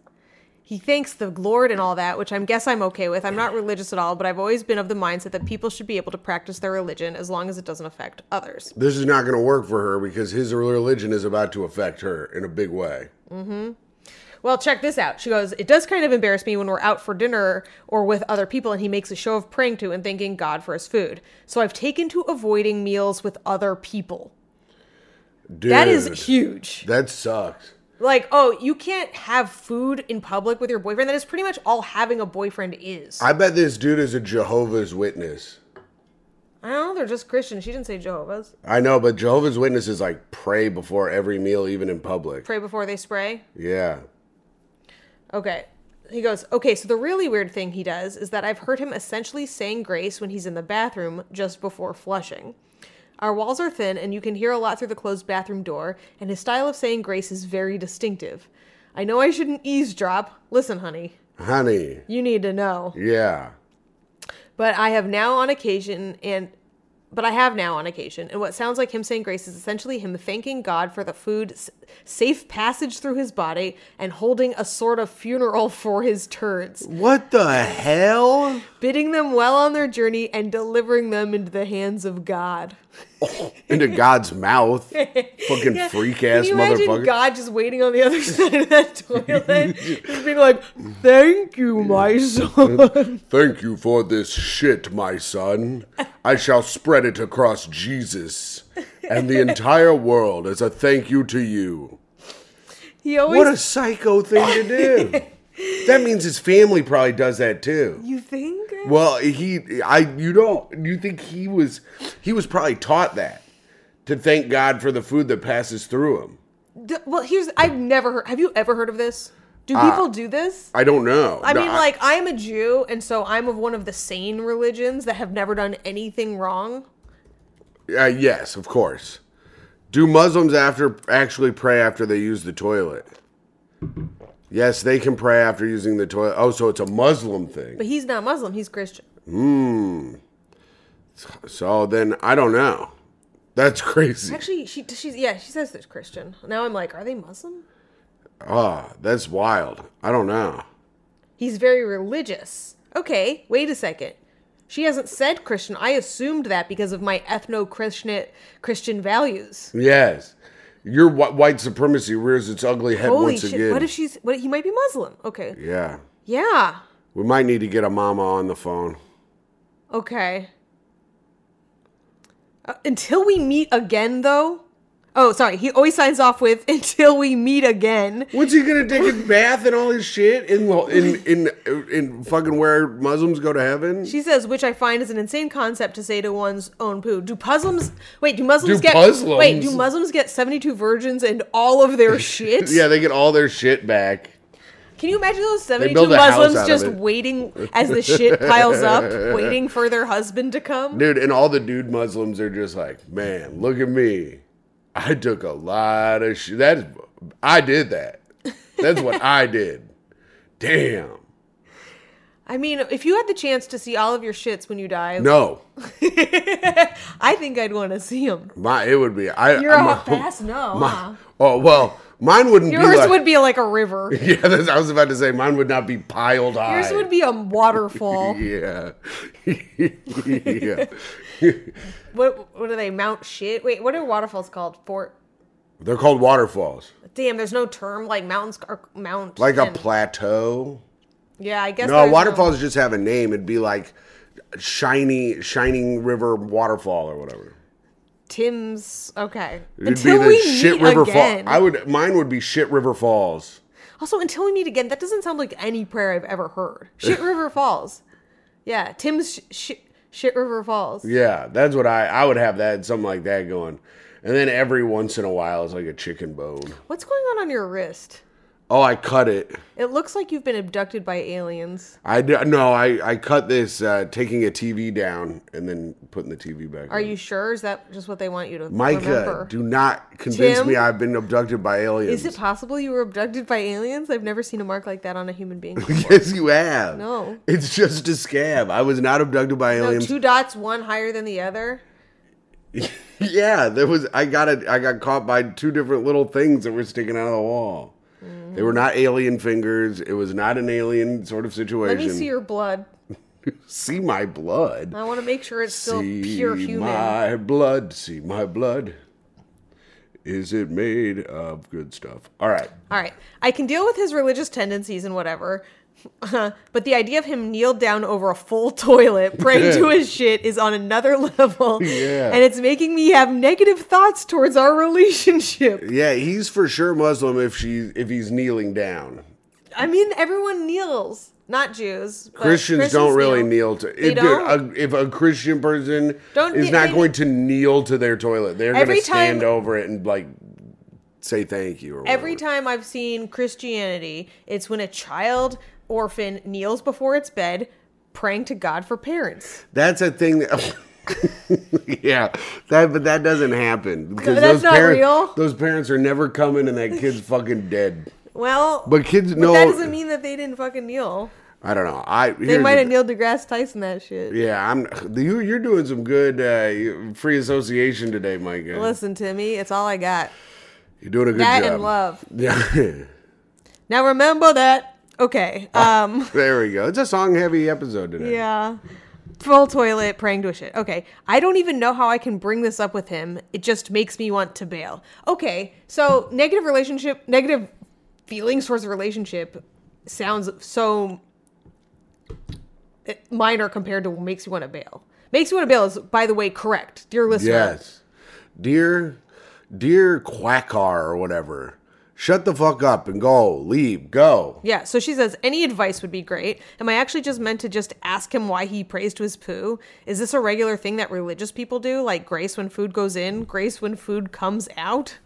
Speaker 2: He thanks the Lord and all that, which I am guess I'm okay with. I'm not religious at all, but I've always been of the mindset that people should be able to practice their religion as long as it doesn't affect others.
Speaker 1: This is not going to work for her because his religion is about to affect her in a big way.
Speaker 2: Well, check this out. She goes, It does kind of embarrass me when we're out for dinner or with other people and he makes a show of praying to and thanking God for his food. So I've taken to avoiding meals with other people.
Speaker 1: Dude,
Speaker 2: That is huge.
Speaker 1: That sucks.
Speaker 2: Like, oh, you can't have food in public with your boyfriend. That is pretty much all having a boyfriend is. I,
Speaker 1: I bet this dude is a Jehovah's Witness.
Speaker 2: don't know. They're just Christian. She didn't say Jehovah's.
Speaker 1: I know, but Jehovah's Witnesses like pray before every meal, even in public.
Speaker 2: Pray before they spray.
Speaker 1: Yeah.
Speaker 2: Okay. He goes, okay, so the really weird thing he does is that I've heard him essentially saying grace when he's in the bathroom just before flushing. Our walls are thin and you can hear a lot through the closed bathroom door, and his style of saying grace is very distinctive. I know I shouldn't eavesdrop. Listen, honey,
Speaker 1: Honey.
Speaker 2: you need to know.
Speaker 1: Yeah.
Speaker 2: But I have now on occasion and but I have now on occasion, and what sounds like him saying grace is essentially him thanking God for the food, s- safe passage through his body, and holding a sort of funeral for his turds,
Speaker 1: What the hell?
Speaker 2: bidding them well on their journey and delivering them into the hands of God.
Speaker 1: Into God's mouth. Fucking freak ass
Speaker 2: Can you imagine
Speaker 1: motherfucker.
Speaker 2: God just waiting on the other side of that toilet, just being like, "Thank you, my son."
Speaker 1: Thank you for this shit, my son. I shall spread it across Jesus and the entire world as a thank you to you.
Speaker 2: He always
Speaker 1: What a psycho thing to do. that means his family probably does that too.
Speaker 2: you think.
Speaker 1: Well, he, I, you don't, you think he was, he was probably taught that to thank God for the food that passes through him.
Speaker 2: D- well, here's I've never heard. Have you ever heard of this? Do
Speaker 1: Ah.
Speaker 2: people do this?
Speaker 1: I don't know.
Speaker 2: I mean, like I'm a Jew, and so I'm of one of the sane religions that have never done anything wrong.
Speaker 1: uh, yes, of course. Do Muslims after actually pray after they use the toilet? Yes, they can pray after using the toilet. Oh, so it's a Muslim thing.
Speaker 2: But he's not Muslim; he's Christian.
Speaker 1: So then I don't know. That's crazy.
Speaker 2: Actually, she she's yeah, she says there's Christian. Now I'm like, are they Muslim?
Speaker 1: Ah, that's wild. I don't know.
Speaker 2: He's very religious. Okay, wait a second. She hasn't said Christian. I assumed that because of my ethno-Christian Christian values.
Speaker 1: Yes. Your wh- white supremacy rears its ugly head
Speaker 2: Holy
Speaker 1: once
Speaker 2: shit!
Speaker 1: again.
Speaker 2: What if she's? What he might be Muslim? Okay.
Speaker 1: yeah.
Speaker 2: Yeah.
Speaker 1: We might need to get a mama on the phone.
Speaker 2: Okay. Uh, until we meet again, though. Oh, sorry. He always signs off with "until we meet again."
Speaker 1: When's he gonna take a bath and all his shit in lo- in in in fucking where Muslims go to heaven?
Speaker 2: She says, which I find is an insane concept to say to one's own poo. Do Muslims wait? Do Muslims
Speaker 1: Do
Speaker 2: get
Speaker 1: Muslims?
Speaker 2: wait? Do Muslims get seventy-two virgins and all of their shit?
Speaker 1: yeah, they get all their shit back.
Speaker 2: Can you imagine those seventy-two
Speaker 1: build a house
Speaker 2: Muslims
Speaker 1: out of
Speaker 2: just
Speaker 1: it.
Speaker 2: waiting as the shit piles up, waiting for their husband to come?
Speaker 1: Dude, and all the dude Muslims are just like, "Man, look at me. I took a lot of shit. That's I did that. That's what I did. Damn.
Speaker 2: I mean, if you had the chance to see all of your shits when you die,
Speaker 1: No.
Speaker 2: I think I'd want to see them.
Speaker 1: My it would be I
Speaker 2: You're
Speaker 1: I'm
Speaker 2: a hot pass? No, huh?
Speaker 1: Oh, well, mine wouldn't be
Speaker 2: Yours
Speaker 1: like,
Speaker 2: would be like a river.
Speaker 1: Yeah, that's, I was about to say mine would not be piled high.
Speaker 2: Yours would be a waterfall.
Speaker 1: Yeah. yeah.
Speaker 2: what what are they? Mount shit? Wait, what are waterfalls called? Fort?
Speaker 1: They're called waterfalls.
Speaker 2: Damn, there's no term like mountains or mount.
Speaker 1: Like a
Speaker 2: and-
Speaker 1: plateau.
Speaker 2: yeah, I guess.
Speaker 1: No,
Speaker 2: there's
Speaker 1: waterfalls just have a name. It'd be like shiny shining river waterfall or whatever.
Speaker 2: Tim's. Okay.
Speaker 1: It'd
Speaker 2: until
Speaker 1: be the
Speaker 2: we
Speaker 1: shit
Speaker 2: meet
Speaker 1: river
Speaker 2: again.
Speaker 1: fall. I would mine would be shit river falls.
Speaker 2: also, until we meet again, that doesn't sound like any prayer I've ever heard. Shit River Falls. Yeah, Tim's sh- sh- shit River Falls.
Speaker 1: Yeah, that's what I I would have that something like that going. And then every once in a while it's like a chicken bone.
Speaker 2: What's going on on your wrist?
Speaker 1: Oh, I cut it.
Speaker 2: It looks like you've been abducted by aliens.
Speaker 1: I d- no, I I cut this uh, taking a TV down and then putting the TV back.
Speaker 2: Are
Speaker 1: on.
Speaker 2: you sure? Is that just what they want you to
Speaker 1: Micah?
Speaker 2: remember?
Speaker 1: Do not convince
Speaker 2: Tim?
Speaker 1: me I've been abducted by aliens.
Speaker 2: Is it possible you were abducted by aliens? I've never seen a mark like that on a human being.
Speaker 1: yes, you have.
Speaker 2: No.
Speaker 1: it's just a scam. I was not abducted by
Speaker 2: No,
Speaker 1: aliens.
Speaker 2: two dots, one higher than the other.
Speaker 1: yeah, there was. I got it. I got caught by two different little things that were sticking out of the wall. They were not alien fingers. It was not an alien sort of situation.
Speaker 2: Let me see your blood.
Speaker 1: See my blood.
Speaker 2: I want to make sure it's still
Speaker 1: see
Speaker 2: pure human.
Speaker 1: my blood. See my blood. Is it made of good stuff? All right.
Speaker 2: All right. I can deal with his religious tendencies and whatever. but the idea of him kneeled down over a full toilet praying to his shit is on another level.
Speaker 1: Yeah.
Speaker 2: And it's making me have negative thoughts towards our relationship.
Speaker 1: Yeah, he's for sure Muslim if she if he's kneeling down.
Speaker 2: I mean, everyone kneels, not Jews. but
Speaker 1: Christians, don't really kneel, to.
Speaker 2: They
Speaker 1: if,
Speaker 2: don't.
Speaker 1: Dude, a, if a Christian person
Speaker 2: Don't
Speaker 1: is
Speaker 2: kne-
Speaker 1: not
Speaker 2: they-
Speaker 1: going to kneel to their toilet, they're going
Speaker 2: Every
Speaker 1: to stand
Speaker 2: time-
Speaker 1: over it and like say thank you. Or
Speaker 2: Every
Speaker 1: whatever.
Speaker 2: time I've seen Christianity, it's when a child orphan kneels before its bed praying to God for parents.
Speaker 1: That's a thing. That, yeah, that but that doesn't happen because
Speaker 2: that's
Speaker 1: those
Speaker 2: not
Speaker 1: parents,
Speaker 2: real.
Speaker 1: those parents are never coming, and that kid's fucking dead.
Speaker 2: Well,
Speaker 1: But kids, no,
Speaker 2: that doesn't mean that they didn't fucking kneel.
Speaker 1: I don't know. I
Speaker 2: They might have Neil deGrasse Tyson that shit.
Speaker 1: Yeah, I'm. You, you're doing some good uh, free association today, Micah.
Speaker 2: Listen to me, it's all I got.
Speaker 1: you're doing a good
Speaker 2: That
Speaker 1: job.
Speaker 2: and love.
Speaker 1: Yeah.
Speaker 2: Now remember that. Okay.
Speaker 1: Ah.
Speaker 2: Um.
Speaker 1: There we go. It's a song heavy episode today.
Speaker 2: yeah. Full toilet praying to a shit. Okay. I don't even know how I can bring this up with him. It just makes me want to bail. Okay. So negative relationship, negative feelings towards a relationship sounds so minor compared to what makes you want to bail. Makes you want to bail is, by the way, correct, dear listener.
Speaker 1: Yes. Dear, dear quackar or whatever, shut the fuck up and go, leave, go.
Speaker 2: Yeah, so she says, any advice would be great. Am I actually just meant to just ask him why he prays to his poo? Is this a regular thing that religious people do, like grace when food goes in, grace when food comes out?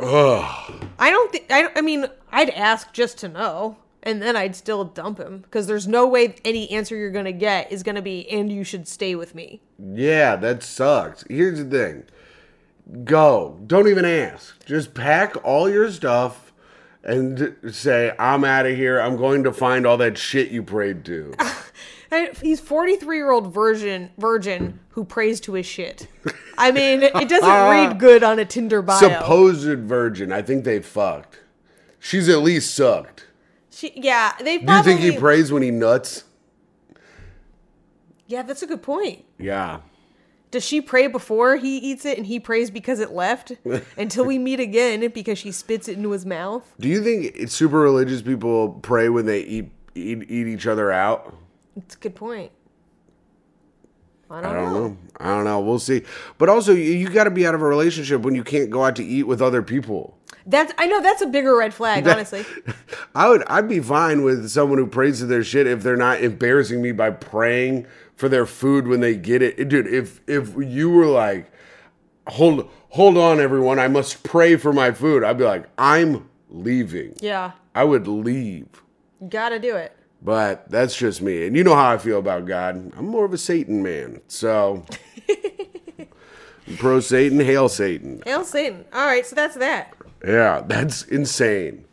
Speaker 2: Ugh. I don't think, I, don't- I mean, I'd ask just to know, and then I'd still dump him, because there's no way any answer you're going to get is going to be, and you should stay with me.
Speaker 1: Yeah, that sucks. Here's the thing go. Don't even ask. Just pack all your stuff and say, I'm out of here. I'm going to find all that shit you prayed to.
Speaker 2: I, he's 43 year old virgin virgin who prays to his shit. I mean, it doesn't read good on a Tinder bio.
Speaker 1: Supposed virgin. I think they fucked. She's at least sucked.
Speaker 2: she, yeah, they
Speaker 1: Do you
Speaker 2: probably.
Speaker 1: think he prays when he nuts?
Speaker 2: yeah, that's a good point.
Speaker 1: Yeah.
Speaker 2: Does she pray before he eats it, and he prays because it left until we meet again because she spits it into his mouth?
Speaker 1: Do you think it's super religious people pray when they eat eat, eat each other out?
Speaker 2: It's a good point. I
Speaker 1: I
Speaker 2: don't, know.
Speaker 1: don't know. I don't know. We'll see. But also, you, you got to be out of a relationship when you can't go out to eat with other people.
Speaker 2: That's I know that's a bigger red flag, honestly.
Speaker 1: I would. I'd be fine with someone who prays to their shit if they're not embarrassing me by praying for their food when they get it, dude. If if you were like, hold hold on, everyone, I must pray for my food. I'd be like, I'm leaving.
Speaker 2: Yeah,
Speaker 1: I would leave.
Speaker 2: gotta do it.
Speaker 1: But that's just me. And you know how I feel about God. I'm more of a Satan man. So pro Satan, hail Satan.
Speaker 2: Hail Satan! All right, so that's that.
Speaker 1: Yeah, that's insane.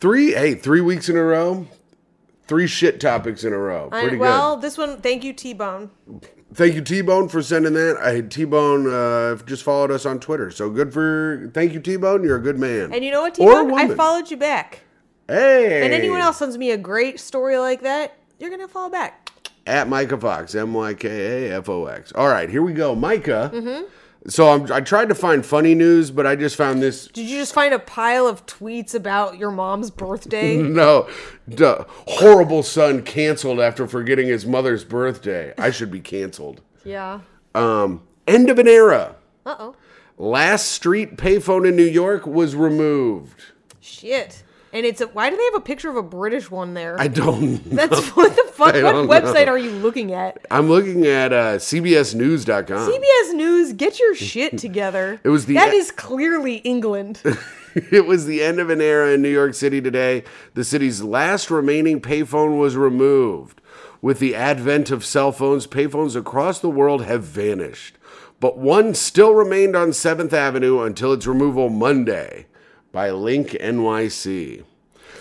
Speaker 1: Three hey, three weeks in a row. Three shit topics in a row.
Speaker 2: I-
Speaker 1: Pretty
Speaker 2: well, this one, thank you, T Bone.
Speaker 1: good. Thank you, T Bone, for sending that. I T Bone uh, just followed us on Twitter, so good for. Thank you, T Bone. You're a good man.
Speaker 2: And you know what, T
Speaker 1: Or
Speaker 2: Bone? I
Speaker 1: woman.
Speaker 2: followed you back.
Speaker 1: Hey,
Speaker 2: And anyone else sends me a great story like that, you're gonna follow back.
Speaker 1: at Micah Fox, M Y K A F O X. All right, here we go, Micah. So I'm, I tried to find funny news, but I just found this.
Speaker 2: Did you just find a pile of tweets about your mom's birthday?
Speaker 1: No, duh, horrible son canceled after forgetting his mother's birthday. I should be canceled.
Speaker 2: yeah.
Speaker 1: Um, end of an era.
Speaker 2: Uh oh.
Speaker 1: Last street payphone in New York was removed.
Speaker 2: Shit. And it's a, why do they have a picture of a British one there?
Speaker 1: I don't.
Speaker 2: That's what the fuck.
Speaker 1: I
Speaker 2: What
Speaker 1: don't
Speaker 2: website
Speaker 1: know.
Speaker 2: are you looking at?
Speaker 1: I'm looking at uh, CBSNews.com.
Speaker 2: CBS News, get your shit together.
Speaker 1: It was the- e-
Speaker 2: that is clearly England.
Speaker 1: it was the end of an era in New York City today. The city's last remaining payphone was removed. With the advent of cell phones, payphones across the world have vanished. But one still remained on 7th Avenue until its removal Monday by Link NYC.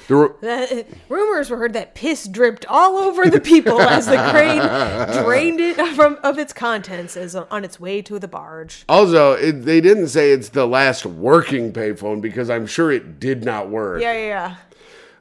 Speaker 1: The ru-
Speaker 2: That- rumors were heard that piss dripped all over the people as the crane drained it from of its contents as on its way to the barge.
Speaker 1: also, it, they didn't say it's the last working payphone because I'm sure it did not work.
Speaker 2: Yeah, yeah, yeah.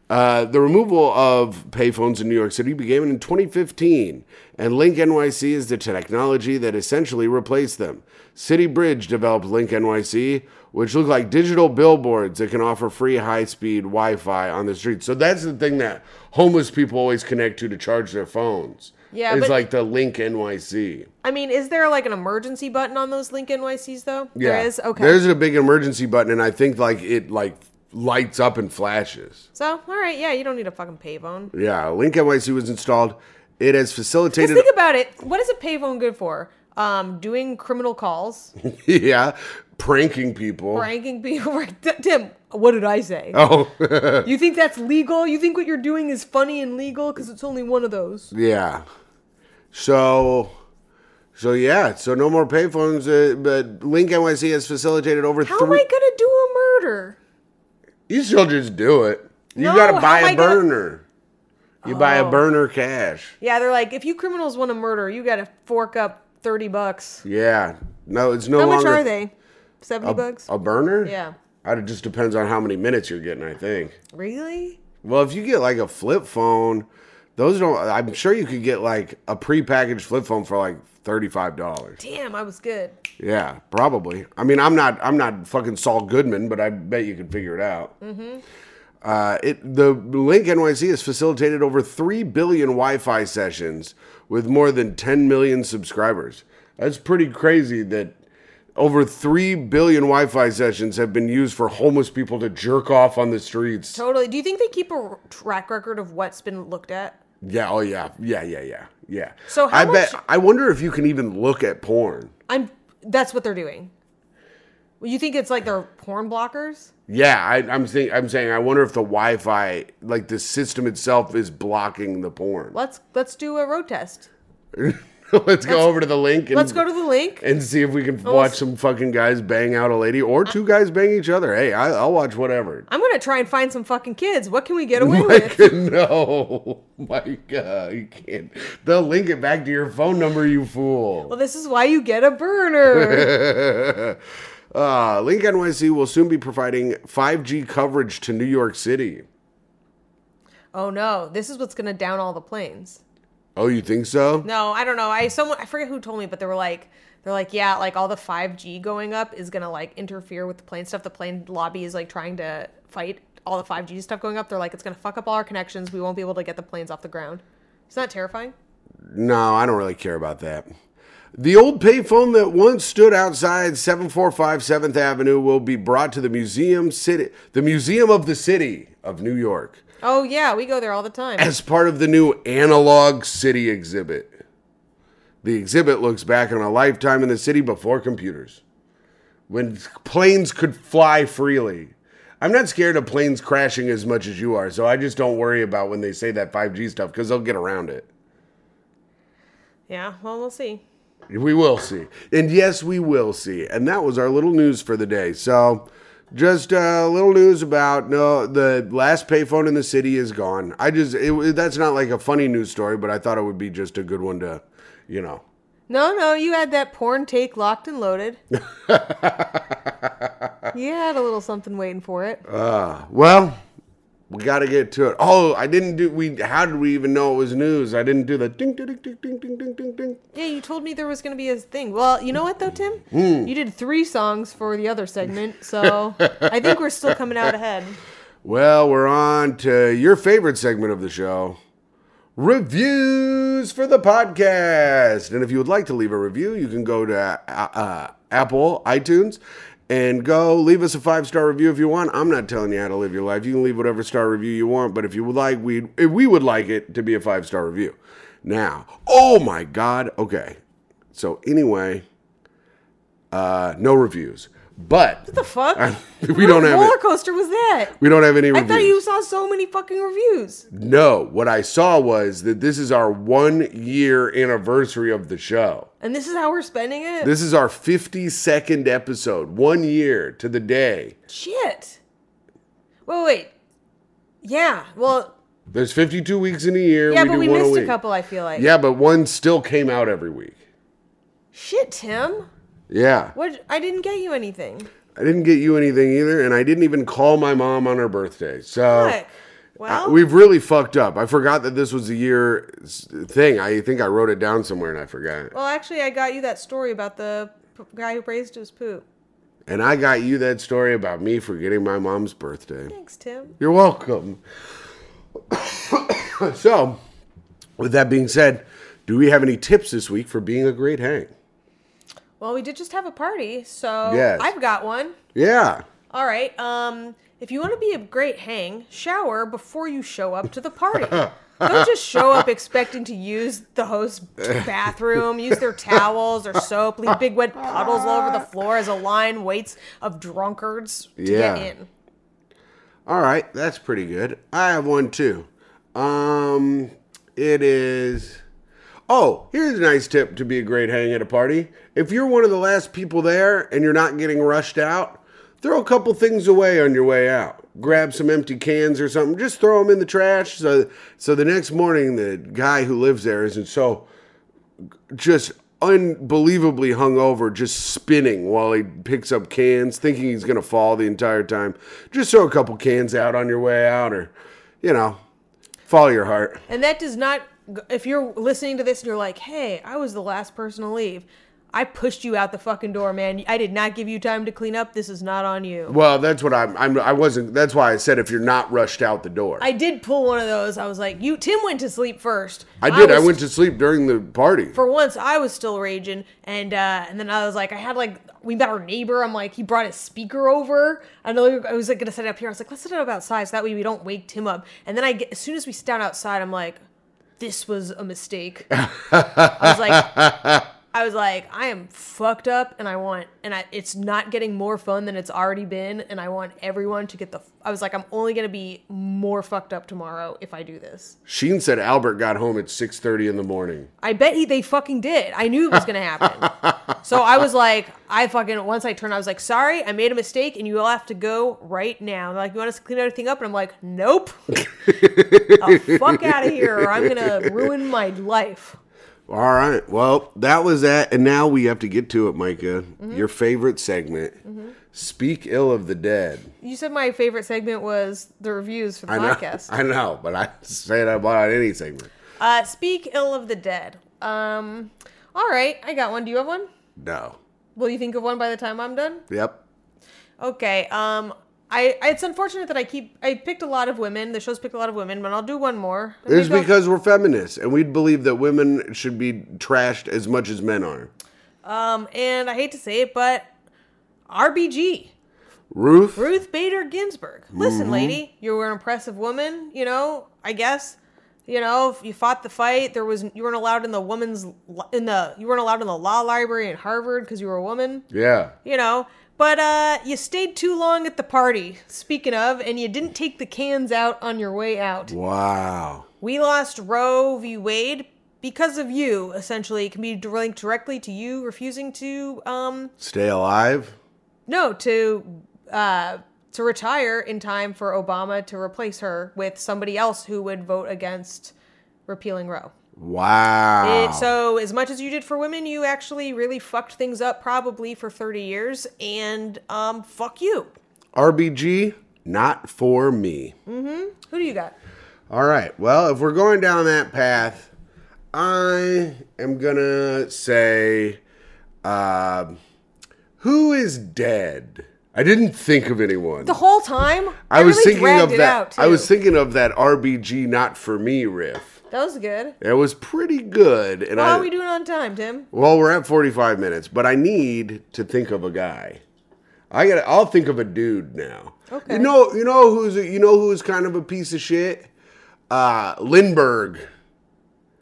Speaker 1: Uh, the removal of payphones in New York City began in 2015, and Link NYC is the technology that essentially replaced them. City Bridge developed Link NYC, which look like digital billboards that can offer free high-speed Wi-Fi on the streets. So that's the thing that homeless people always connect to to charge their phones.
Speaker 2: Yeah,
Speaker 1: it's
Speaker 2: but-
Speaker 1: like the Link NYC.
Speaker 2: I mean, is there like an emergency button on those Link NYCs though? There is. Okay.
Speaker 1: There's a big emergency button, and I think like it like lights up and flashes.
Speaker 2: so, all right, yeah, you don't need a fucking payphone.
Speaker 1: Yeah, Link NYC was installed. It has
Speaker 2: Just
Speaker 1: facilitated.
Speaker 2: think about it. What is a payphone good for? Um, doing criminal calls,
Speaker 1: yeah, pranking people.
Speaker 2: pranking people. Tim, what did I say?
Speaker 1: Oh,
Speaker 2: You think that's legal? You think what you're doing is funny and legal? Because it's only one of those.
Speaker 1: yeah. So, so yeah. So no more payphones. Uh, but Link NYC has facilitated over
Speaker 2: How am
Speaker 1: three.
Speaker 2: I gonna do a murder?
Speaker 1: you still just do it. You
Speaker 2: No,
Speaker 1: gotta buy
Speaker 2: how am
Speaker 1: a
Speaker 2: I gonna- Oh.
Speaker 1: burner. You buy a burner cash.
Speaker 2: Yeah, they're like, if you criminals want to murder, you got to fork up thirty bucks.
Speaker 1: Yeah. No, it's no
Speaker 2: How much
Speaker 1: longer
Speaker 2: are they? Seventy bucks.
Speaker 1: a burner.
Speaker 2: Yeah.
Speaker 1: I- It just depends on how many minutes you're getting. I think.
Speaker 2: Really?
Speaker 1: Well, if you get like a flip phone, those don't. I'm sure you could get like a prepackaged flip phone for like thirty-five dollars.
Speaker 2: Damn, I was good.
Speaker 1: Yeah, probably. I mean, I'm not I'm not fucking Saul Goodman, but I bet you could figure it out.
Speaker 2: Mm-hmm.
Speaker 1: Uh, it the Link NYC has facilitated over three billion Wi-Fi sessions with more than 10 million subscribers. That's pretty crazy that over three billion Wi-Fi sessions have been used for homeless people to jerk off on the streets.
Speaker 2: Totally. Do you think they keep a track record of what's been looked at?
Speaker 1: Yeah. Oh yeah. Yeah. Yeah. Yeah. Yeah.
Speaker 2: So how
Speaker 1: I
Speaker 2: much-
Speaker 1: bet I wonder if you can even look at porn.
Speaker 2: I'm. That's what they're doing. Well, you think it's like they're porn blockers?
Speaker 1: Yeah, I, I'm saying I'm saying I wonder if the Wi-Fi, like the system itself, is blocking the porn.
Speaker 2: Let's let's do a road test.
Speaker 1: let's go over to the link and
Speaker 2: Let's go to the link.
Speaker 1: and see if we can watch some fucking guys bang out a lady or two guys bang each other. Hey, I, I'll watch whatever.
Speaker 2: I'm gonna try and find some fucking kids. What can we get away with?
Speaker 1: no, my God, you can't. They'll link it back to your phone number, you fool.
Speaker 2: Well, this is why you get a burner.
Speaker 1: Uh, Link NYC will soon be providing 5G coverage to New York City.
Speaker 2: oh no, this is what's gonna down all the planes.
Speaker 1: Oh, you think so?
Speaker 2: No, I don't know. I someone I forget who told me, but they were like they're like, yeah, like all the 5G going up is gonna like interfere with the plane stuff. The plane lobby is like trying to fight all the 5G stuff going up. They're like, it's gonna fuck up all our connections. We won't be able to get the planes off the ground. Isn't that terrifying?
Speaker 1: No, I don't really care about that. The old payphone that once stood outside 745 7th Avenue will be brought to the museum city, the Museum of the City of New York,
Speaker 2: Oh yeah, we go there all the time.
Speaker 1: as part of the new Analog City exhibit. The exhibit looks back on a lifetime in the city before computers, when planes could fly freely. I'm not scared of planes crashing as much as you are, so I just don't worry about when they say that 5G stuff because they'll get around it.
Speaker 2: Yeah, well we'll see.
Speaker 1: We will see. And yes, we will see. And that was our little news for the day. So, just a uh, little news about no, the last payphone in the city is gone. I just, it, that's not like a funny news story, but I thought it would be just a good one to, you know.
Speaker 2: No, no, you had that porn take locked and loaded. you had a little something waiting for it.
Speaker 1: Well, we got to get to it. Oh, I didn't do, we, how did we even know it was news? I didn't do the ding, ding, ding, ding, ding, ding, ding, ding, ding.
Speaker 2: Yeah, you told me there was going to be a thing. Well, you know what though, Tim? You did three songs for the other segment, so I think we're still coming out ahead.
Speaker 1: Well, we're on to your favorite segment of the show reviews for the podcast. And if you would like to leave a review, you can go to uh, uh, Apple, iTunes, and go leave us a five star review if you want. I'm not telling you how to live your life. You can leave whatever star review you want, but if you would like, we we would like it to be a five star review. Now, oh my God. Okay. So, anyway, uh, no reviews. But
Speaker 2: What the fuck?
Speaker 1: we don't have
Speaker 2: roller
Speaker 1: it.
Speaker 2: coaster was that?
Speaker 1: We don't have any
Speaker 2: I
Speaker 1: reviews.
Speaker 2: thought you saw so many fucking reviews.
Speaker 1: No, what I saw was that this is our one year anniversary of the show.
Speaker 2: And this is how we're spending it?
Speaker 1: This is our 52nd episode, one year to the day.
Speaker 2: Shit. Wait, wait. Yeah. Well,
Speaker 1: There's 52 weeks in a year.
Speaker 2: yeah,
Speaker 1: we
Speaker 2: but
Speaker 1: do
Speaker 2: we
Speaker 1: one
Speaker 2: missed
Speaker 1: a,
Speaker 2: a,
Speaker 1: week.
Speaker 2: couple, I feel like.
Speaker 1: Yeah, but one still came out every week.
Speaker 2: Shit, Tim.
Speaker 1: Yeah.
Speaker 2: What? I didn't get you anything.
Speaker 1: I didn't get you anything either, and I didn't even call my mom on her birthday. So
Speaker 2: Look.
Speaker 1: I-
Speaker 2: Well,
Speaker 1: we've really fucked up. I forgot that this was the year s- thing. I think I wrote it down somewhere and I forgot.
Speaker 2: well, actually, I got you that story about the p- guy who raised his poop.
Speaker 1: And I got you that story about me forgetting my mom's birthday.
Speaker 2: Thanks, Tim.
Speaker 1: You're welcome. so, with that being said, do we have any tips this week for being a great hang?
Speaker 2: Well, we did just have a party, so
Speaker 1: Yes.
Speaker 2: I've got one.
Speaker 1: Yeah.
Speaker 2: All right. Um, if you want to be a great hang, shower before you show up to the party. Don't just show up expecting to use the host's bathroom, use their towels or soap, leave big wet puddles all over the floor as a line waits of drunkards to
Speaker 1: Yeah.
Speaker 2: get in.
Speaker 1: All right, that's pretty good. I have one too. Um, it is. Oh, here's a nice tip to be a great hang at a party. If you're one of the last people there and you're not getting rushed out, throw a couple things away on your way out. Grab some empty cans or something. Just throw them in the trash so so the next morning the guy who lives there isn't so just unbelievably hungover, just spinning while he picks up cans, thinking he's gonna fall the entire time. Just throw a couple cans out on your way out, or you know, follow your heart.
Speaker 2: And that does not, if you're listening to this and you're like, hey, I was the last person to leave, I pushed you out the fucking door, man. I did not give you time to clean up. This is not on you.
Speaker 1: Well, that's what I'm. I'm I wasn't. That's why I said if you're not rushed out the door.
Speaker 2: I did pull one of those. I was like, you, Tim went to sleep first.
Speaker 1: I did. I,
Speaker 2: was
Speaker 1: went to sleep during the party.
Speaker 2: for once I was still raging and uh and then I was like I had like we met our neighbor I'm like he brought his speaker over I know I was like gonna set it up here I was like let's set it up outside so that way we don't wake Tim up and then I get, as soon as we stand outside I'm like this was a mistake I was like I was like I am fucked up and I want and I it's not getting more fun than it's already been and I want everyone to get the I was like I'm only gonna be more fucked up tomorrow if I do this
Speaker 1: Sheen said Albert got home at six thirty in the morning.
Speaker 2: I bet he they fucking did. I knew it was gonna happen. so I was like, I fucking once I turned, I was like, sorry, I made a mistake, and you will have to go right now. And they're like, you want us to clean everything up? And I'm like, nope. the fuck out of here, or I'm gonna ruin my life.
Speaker 1: All right. Well, that was that, and now we have to get to it, Micah.
Speaker 2: Mm-hmm.
Speaker 1: Your favorite segment. Speak ill of the dead.
Speaker 2: You said my favorite segment was the reviews for the
Speaker 1: I know,
Speaker 2: podcast.
Speaker 1: I know, but I say that about any segment.
Speaker 2: Uh, speak ill of the dead. Um, all right, I got one. Do you have one?
Speaker 1: No.
Speaker 2: Will you think of one by the time I'm done?
Speaker 1: Yep.
Speaker 2: Okay. Um, I it's unfortunate that I keep I picked a lot of women. The show's picked a lot of women, but I'll do one more.
Speaker 1: It's
Speaker 2: Maybe I'll-
Speaker 1: because we're feminists and we believe that women should be trashed as much as men are.
Speaker 2: um, and I hate to say it, but RBG.
Speaker 1: Ruth,
Speaker 2: Ruth Bader Ginsburg. Listen, lady, you were an impressive woman. You know, I guess. You know, if you fought the fight. There was you weren't allowed in the woman's li- in the you weren't allowed in the law library at Harvard because you were a woman.
Speaker 1: Yeah.
Speaker 2: You know, but uh, you stayed too long at the party. Speaking of, and you didn't take the cans out on your way out.
Speaker 1: Wow.
Speaker 2: We lost Roe v. Wade because of you, essentially. It can be linked directly to you refusing to, um,
Speaker 1: Stay alive.
Speaker 2: no, to, uh, to retire in time for Obama to replace her with somebody else who would vote against repealing Roe.
Speaker 1: Wow.
Speaker 2: It, so, as much as you did for women, you actually really fucked things up probably for 30 years, and um, fuck you.
Speaker 1: RBG, not for me.
Speaker 2: Who do you got?
Speaker 1: All right. Well, if we're going down that path, I am gonna say, uh, who is dead? I didn't think of anyone.
Speaker 2: The whole time?
Speaker 1: I was
Speaker 2: really
Speaker 1: thinking
Speaker 2: dragged
Speaker 1: of
Speaker 2: it
Speaker 1: that.
Speaker 2: out,
Speaker 1: I was
Speaker 2: too.
Speaker 1: thinking of that RBG not for me riff.
Speaker 2: That was good.
Speaker 1: It was pretty good, and
Speaker 2: How
Speaker 1: I.
Speaker 2: are we doing on time, Tim?
Speaker 1: well, we're at forty-five minutes, but I need to think of a guy. I got. to I'll think of a dude now.
Speaker 2: Okay.
Speaker 1: You know. You know who's. You know who's kind of a piece of shit. Uh, Lindbergh.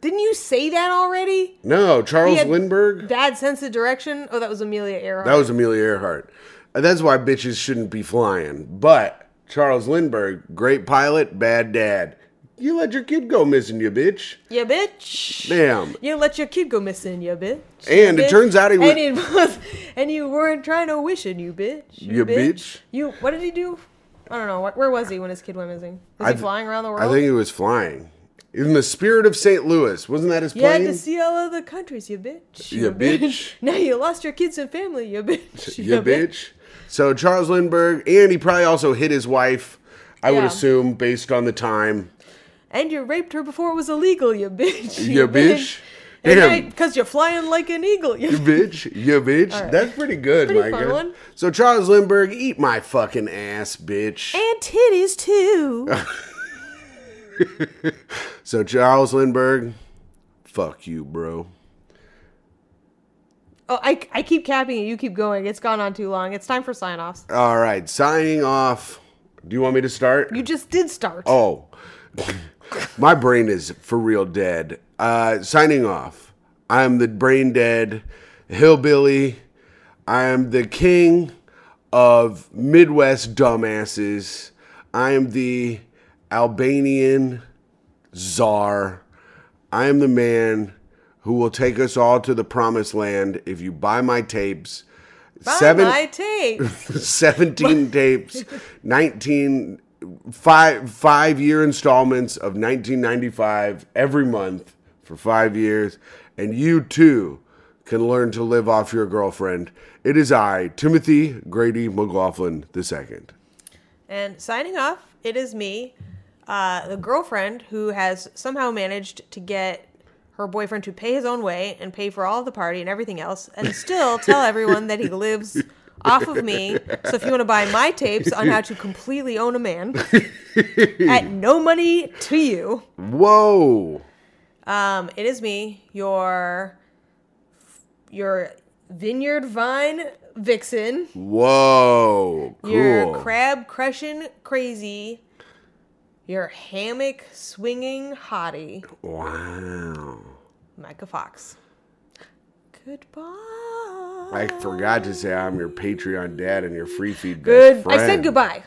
Speaker 2: Didn't you say that already?
Speaker 1: No, Charles
Speaker 2: had-
Speaker 1: Lindbergh.
Speaker 2: Bad sense of direction. Oh, that was Amelia Earhart.
Speaker 1: That was Amelia Earhart. Uh, That's why bitches shouldn't be flying. But Charles Lindbergh, great pilot, bad dad. You let your kid go missing, you bitch.
Speaker 2: you bitch.
Speaker 1: Damn.
Speaker 2: You let your kid go missing, you bitch.
Speaker 1: And
Speaker 2: You
Speaker 1: it
Speaker 2: bitch.
Speaker 1: turns out he was-
Speaker 2: And it was. And you weren't trying to wish it, you bitch.
Speaker 1: You bitch.
Speaker 2: You. What did he do? I don't know. wh- Where was he when his kid went missing? Was
Speaker 1: I
Speaker 2: he
Speaker 1: th-
Speaker 2: flying around the world?
Speaker 1: I think he was flying. In the spirit of St. Louis, wasn't that his
Speaker 2: you had
Speaker 1: plane?
Speaker 2: to see all other countries, you bitch.
Speaker 1: You bitch.
Speaker 2: Now you lost your kids and family, you bitch.
Speaker 1: you bitch. So Charles Lindbergh, and he probably also hit his wife. I would
Speaker 2: Yeah.
Speaker 1: assume, based on the time.
Speaker 2: And you raped her before it was illegal, you bitch.
Speaker 1: You bitch. Damn.
Speaker 2: Because you're flying like an eagle, you
Speaker 1: You bitch. You bitch. That's pretty good,
Speaker 2: Pretty fun
Speaker 1: Micah.
Speaker 2: one.
Speaker 1: So Charles Lindbergh, eat my fucking ass, bitch.
Speaker 2: And titties, too.
Speaker 1: So Charles Lindbergh, fuck you, bro.
Speaker 2: oh, I, I keep capping it. You keep going. It's gone on too long. It's time for sign offs.
Speaker 1: All right, signing off. Do you want me to start?
Speaker 2: You just did start.
Speaker 1: Oh, my brain is for real dead. Uh, signing off. I am the brain dead hillbilly. I am the king of Midwest dumbasses. I am the Albanian czar. I am the man who will take us all to the promised land if you buy my tapes.
Speaker 2: Buy my tape.
Speaker 1: 17 tapes, 19 five five year installments of 1995 every month for 5 years and you too can learn to live off your girlfriend. It is I, Timothy Grady McLaughlin II.
Speaker 2: And signing off, it is me, uh, the girlfriend who has somehow managed to get her boyfriend to pay his own way and pay for all of the party and everything else, and still tell everyone that he lives off of me. So if you want to buy my tapes on how to completely own a man at no money to you,
Speaker 1: Whoa.
Speaker 2: um, it is me, your your vineyard vine vixen.
Speaker 1: Whoa. Cool.
Speaker 2: Your crab crushing crazy. Your hammock swinging hottie,
Speaker 1: wow.
Speaker 2: Micah Fox. Goodbye.
Speaker 1: I forgot to say I'm your Patreon dad and your free feed best
Speaker 2: Good. I said
Speaker 1: friend.
Speaker 2: goodbye.